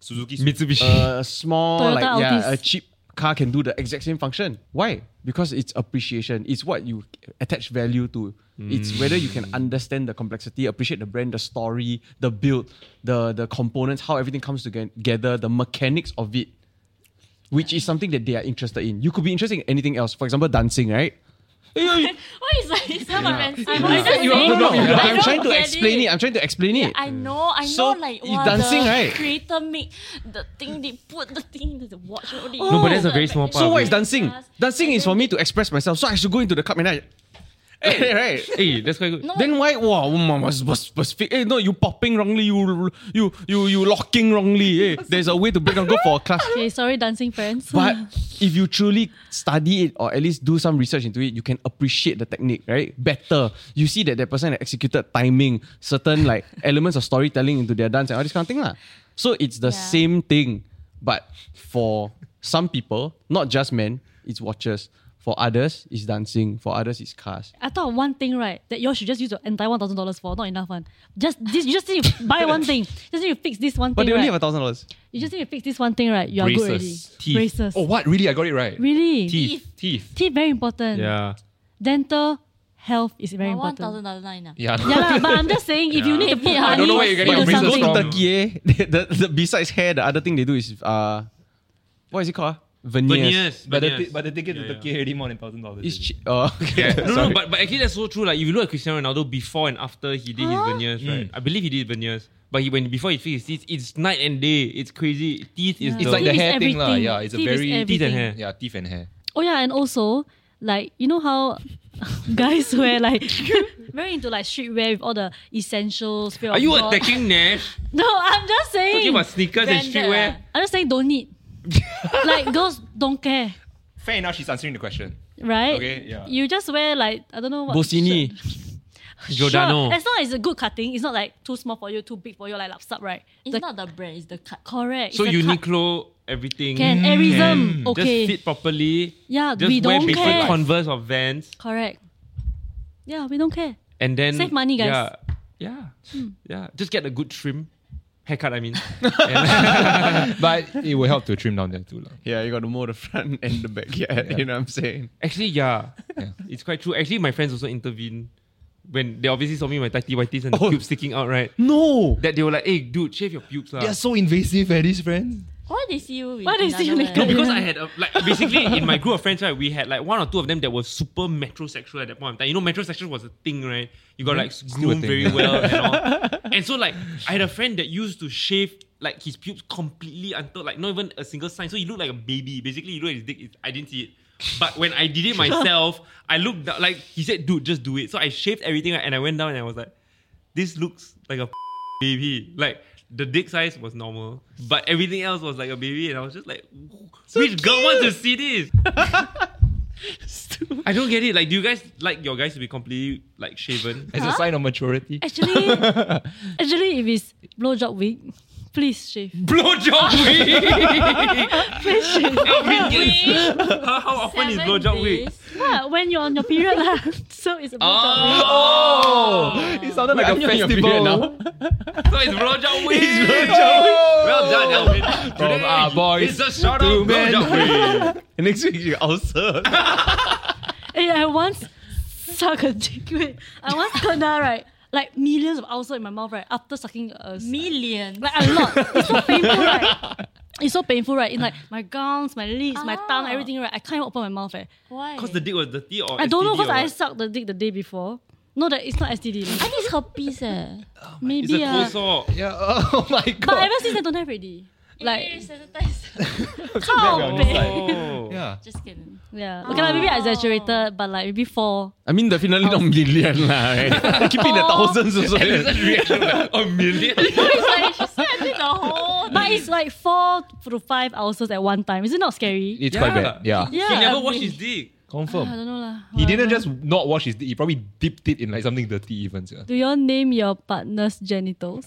Speaker 5: Suzuki
Speaker 4: Mitsubishi.
Speaker 2: a small
Speaker 1: Toyota
Speaker 2: like yeah,
Speaker 1: Altis.
Speaker 2: a cheap car can do the exact same function? Why? Because it's appreciation. It's what you attach value to. It's whether you can understand the complexity, appreciate the brand, the story, the build, the the components, how everything comes toge- together, the mechanics of it, which is something that they are interested in. You could be interested in anything else. For example, dancing, right?
Speaker 6: Why is like it's not offensive? I'm
Speaker 1: Yeah.
Speaker 6: just
Speaker 1: You
Speaker 6: saying,
Speaker 1: are- no,
Speaker 6: I
Speaker 1: no,
Speaker 6: don't
Speaker 2: I'm trying to
Speaker 6: get
Speaker 2: explain it.
Speaker 6: it.
Speaker 2: I'm trying to explain it.
Speaker 6: I know, I
Speaker 2: So,
Speaker 6: know, like
Speaker 2: it's
Speaker 6: wow,
Speaker 2: dancing,
Speaker 6: the
Speaker 2: right?
Speaker 6: Creator make the thing they put the thing that the watch. No,
Speaker 4: No, but
Speaker 1: Oh,
Speaker 4: that's a very small part
Speaker 2: So
Speaker 4: of
Speaker 2: what is
Speaker 4: it.
Speaker 2: dancing? Dancing is for me to express myself. So I should go into the cup and I. right.
Speaker 4: hey, that's quite good.
Speaker 6: No,
Speaker 2: Then why? Wow, mama, specific. Hey, eh, no, you popping wrongly. You you you you locking wrongly. Hey, there's a way to break down. Go for a class.
Speaker 1: okay, sorry, dancing friends.
Speaker 2: But if you truly study it or at least do some research into it, you can appreciate the technique, right? Better. You see that that person had executed timing, certain like elements of storytelling into their dance and all this kind of thing. lah. So it's the
Speaker 6: Yeah.
Speaker 2: same thing, but for some people, not just men, it's watches. For others, it's dancing. For others, it's cars.
Speaker 1: I thought one thing, right, that y'all should just use your entire one thousand dollars for, not enough one. Just this, you just need to buy one thing. Just need to fix this one
Speaker 2: But
Speaker 1: thing.
Speaker 2: they only
Speaker 1: right?
Speaker 2: have a thousand dollars.
Speaker 1: you just need to fix this one thing, right? You are good already.
Speaker 5: braces. Teeth.
Speaker 1: Braces.
Speaker 5: Oh, what? Really? I got it right.
Speaker 1: really?
Speaker 5: Teeth. Teeth.
Speaker 1: Teeth very important.
Speaker 4: Yeah.
Speaker 1: Dental health is very
Speaker 6: one
Speaker 1: important.
Speaker 6: thousand dollar line. ah.
Speaker 5: Yeah.
Speaker 1: Yeah, lah, but I'm just saying if you need to put money,
Speaker 6: I don't know where you're
Speaker 5: getting
Speaker 1: into
Speaker 5: your braces
Speaker 2: Go
Speaker 1: something.
Speaker 2: to
Speaker 5: from.
Speaker 2: Turkey, eh? the, the, besides hair, the other thing they do is uh, what is it called? ah? Veneers.
Speaker 4: Veneers.
Speaker 5: But the,
Speaker 4: veneers.
Speaker 5: ti- but the ticket
Speaker 4: Yeah,
Speaker 5: to Turkey already more than thousand dollars.
Speaker 2: It's cheap. Oh, okay.
Speaker 4: no, no, Mm. but, but actually that's so true. Like if you look at Cristiano Ronaldo before and after he did his veneers, right? I believe he did veneers. But he, when before he fixes his teeth, it's night and day. It's crazy. Teeth is
Speaker 5: It's
Speaker 4: the-
Speaker 5: like the
Speaker 1: Teeth is
Speaker 5: hair thing, lah.
Speaker 1: everything.
Speaker 5: Yeah, it's a
Speaker 1: Teeth is
Speaker 5: very
Speaker 1: everything.
Speaker 4: Teeth and hair.
Speaker 5: Yeah, teeth and hair.
Speaker 1: Oh yeah, and also like you know how guys wear like very into like streetwear with all the essentials.
Speaker 4: Are you attacking Nash?
Speaker 1: No, I'm just
Speaker 4: Talking
Speaker 1: saying.
Speaker 4: about sneakers and
Speaker 6: Branded
Speaker 4: streetwear.
Speaker 1: I'm just saying don't need. like girls don't care,
Speaker 5: Fair enough, she's answering the question.
Speaker 1: right?
Speaker 5: Okay, yeah.
Speaker 1: You just wear like I don't know what.
Speaker 2: Bossini.
Speaker 1: shirt-
Speaker 4: Giordano.
Speaker 1: Sure, as long as it's a good cutting, it's not like too small for you, too big for you, like lapsap, right?
Speaker 6: It's
Speaker 1: The-
Speaker 6: not the brand, it's the cut.
Speaker 1: correct.
Speaker 4: So
Speaker 1: it's the cut.
Speaker 4: Uniqlo, everything.
Speaker 1: Can airism. Okay.
Speaker 4: Mm. Just fit properly.
Speaker 1: Yeah,
Speaker 4: Just
Speaker 1: we
Speaker 4: wear
Speaker 1: don't
Speaker 4: basic
Speaker 1: care.
Speaker 4: Converse or Vans,
Speaker 1: Correct. Yeah, we don't care.
Speaker 4: and then
Speaker 1: Save money, guys. Hmm.
Speaker 4: Yeah, yeah, yeah. Just get a good trim, haircut. I mean,
Speaker 5: But it will help to trim down there too. lah.
Speaker 2: Yeah, you got to mow the front and the back. Yeah, you know what I'm saying.
Speaker 4: actually, yeah. it's quite true. Actually, my friends also intervened when they obviously saw me with my tighty whities and the
Speaker 2: Oh.
Speaker 4: pubes sticking out. Right,
Speaker 1: Hmm.
Speaker 2: No,
Speaker 4: that they were like, "Hey, dude, shave your pubes, lah."
Speaker 5: They're so invasive, eh, these friends.
Speaker 6: Why they see you with
Speaker 1: Why they see you naked?
Speaker 6: another one?
Speaker 4: because I had a, like basically in my group of friends, right, we had like one or two of them that were super metrosexual at that point. in time. you know, metrosexual was a thing, right? You got like
Speaker 5: Mm-hmm. a
Speaker 4: groomed
Speaker 5: thing,
Speaker 4: very
Speaker 5: yeah.
Speaker 4: well and all. And so like I had a friend that used to shave like his pubes completely until like not even a single sign. So he looked like a baby. Basically, you look at his dick. It, I didn't see it. But when I did it myself, I looked down, like he said, "Dude, just do it." So I shaved everything right, and I went down and I was like, "This looks like a baby. Like the dick size was normal, but everything else was like a baby, and I was just like, which girl wants to see this? I don't get it. Like, do you guys like your guys to be completely like shaven?
Speaker 5: As a sign of maturity.
Speaker 1: Actually, actually, if it's blowjob week, please shave.
Speaker 4: blowjob week.
Speaker 1: Please shave.
Speaker 4: how, how often is blowjob week?
Speaker 1: Yeah, when you're on your period, lah. so it's a blowjob week.
Speaker 4: Oh,
Speaker 5: It sounded like
Speaker 2: I'm
Speaker 5: a
Speaker 2: on your
Speaker 5: festival.
Speaker 2: period
Speaker 5: Now.
Speaker 2: now.
Speaker 4: so it's blowjob week. Well done, Elvin.
Speaker 5: From
Speaker 4: Today
Speaker 5: our boys
Speaker 4: It's a shout
Speaker 5: to
Speaker 4: out
Speaker 5: men.
Speaker 4: blowjob week.
Speaker 2: And next week you also.
Speaker 1: Eh, I once suck a dick. Wait, I once kena right, like millions of ulcer in my mouth right after sucking a s-
Speaker 6: Million.
Speaker 1: like a lot. It's so painful, right? It's so painful, right? In like my gums, my lips, my tongue,
Speaker 6: Ah.
Speaker 1: everything, right? I can't even open my mouth, eh.
Speaker 6: Why?
Speaker 4: Cause the dick was dirty, or
Speaker 1: I don't know
Speaker 4: STD or
Speaker 1: because I
Speaker 4: what?
Speaker 1: sucked the dick the day before. No, that it's not STD.
Speaker 6: I think it's herpes eh.
Speaker 4: It's a
Speaker 1: Maybe
Speaker 4: cold
Speaker 1: ah.
Speaker 4: sore.
Speaker 5: Yeah. Oh my god.
Speaker 1: But ever since I don't have already.
Speaker 6: Eh,
Speaker 1: Like
Speaker 6: sanitize.
Speaker 1: how big?
Speaker 4: Oh.
Speaker 5: yeah.
Speaker 6: Just kidding.
Speaker 1: Yeah. Okay, like, maybe I exaggerated, but like maybe four.
Speaker 2: I mean, definitely not million lah. Right? Keep it in the thousands also.
Speaker 4: a million.
Speaker 1: It's like-
Speaker 6: She said I did the whole
Speaker 1: but it's like four to five ulcers at one time. Is it not scary?
Speaker 5: It's quite
Speaker 4: Yeah.
Speaker 5: bad. Yeah.
Speaker 1: Yeah.
Speaker 4: He never
Speaker 1: I
Speaker 4: washed
Speaker 1: mean-
Speaker 4: his dick.
Speaker 5: Confirm.
Speaker 1: I don't know lah.
Speaker 5: He didn't
Speaker 1: Whatever.
Speaker 5: just not wash his. He probably dipped it in like something dirty even. Yeah.
Speaker 1: Do you all name your partner's genitals?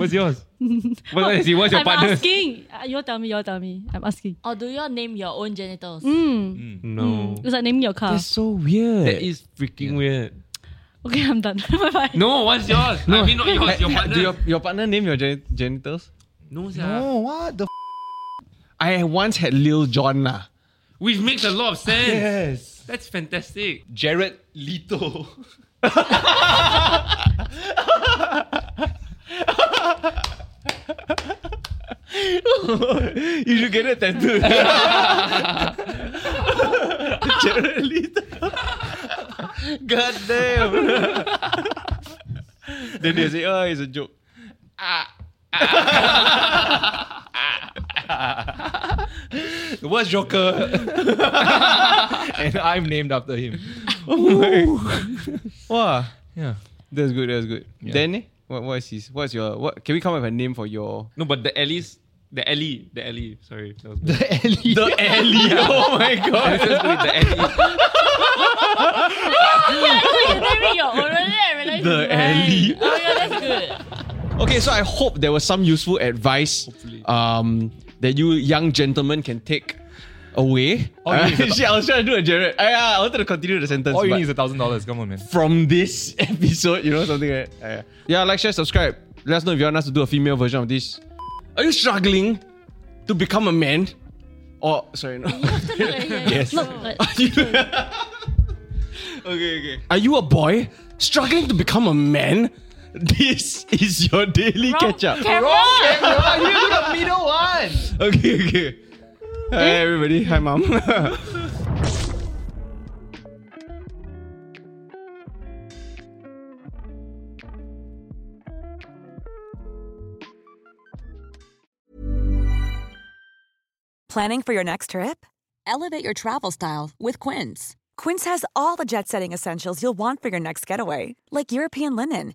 Speaker 4: What's yours? What's yours? What's your
Speaker 1: I'm
Speaker 4: partner?
Speaker 1: asking. Uh, you all tell me. You all tell me. I'm asking.
Speaker 6: Or do you all name your own genitals?
Speaker 4: No.
Speaker 1: It's like naming your car.
Speaker 2: so weird.
Speaker 4: That is freaking weird.
Speaker 1: Okay, I'm done. bye bye.
Speaker 4: No, what's yours? I mean, not yours, your
Speaker 2: Eh, Do
Speaker 4: partner.
Speaker 2: your, your partner name your gen- genitals?
Speaker 4: No, sir.
Speaker 5: what the? F-
Speaker 2: I once had Lil John lah.
Speaker 4: Which makes a lot of sense.
Speaker 5: yes.
Speaker 4: That's fantastic.
Speaker 5: Jared Leto.
Speaker 2: You should get it tattooed. Jared Leto. God damn. then they say, oh, it's a joke.
Speaker 5: The worst Joker. and I'm named after him.
Speaker 2: Wow.
Speaker 5: Yeah.
Speaker 2: That's good, that's good. Then, eh? What, what is his, what's your, what, can we come up with a name for your
Speaker 4: No, but the Ellie's. The Ellie. The Ellie. Sorry. That was bad.
Speaker 5: The Ellie. The Ellie.
Speaker 2: Oh my god.
Speaker 4: Let's just go with the Ellie.
Speaker 6: you naming your own. Then I realized
Speaker 2: The
Speaker 6: it's
Speaker 2: alley.
Speaker 6: mine. Oh yeah, that's good.
Speaker 2: Okay, so I hope there was some useful advice um, that you young gentlemen can take away.
Speaker 5: All Oh, you need is a-
Speaker 2: Shit, I was trying to do a Jared. I, I wanted to continue the sentence.
Speaker 5: All you
Speaker 2: but
Speaker 5: need is a thousand dollars. Come on, man.
Speaker 2: from this episode, you know, something like that. Uh, yeah, like, share, subscribe. Let us know if you want us to do a female version of this. Are you struggling to become a man? Or, sorry, no.
Speaker 6: yes.
Speaker 1: Look, like,
Speaker 2: okay, okay. Are you a boy struggling to become a man? This is your daily catch up. Okay, okay. Hi, everybody. Hi, mom.
Speaker 8: Planning for your next trip? Elevate your travel style with Quince. Quince has all the jet setting essentials you'll want for your next getaway, like European linen,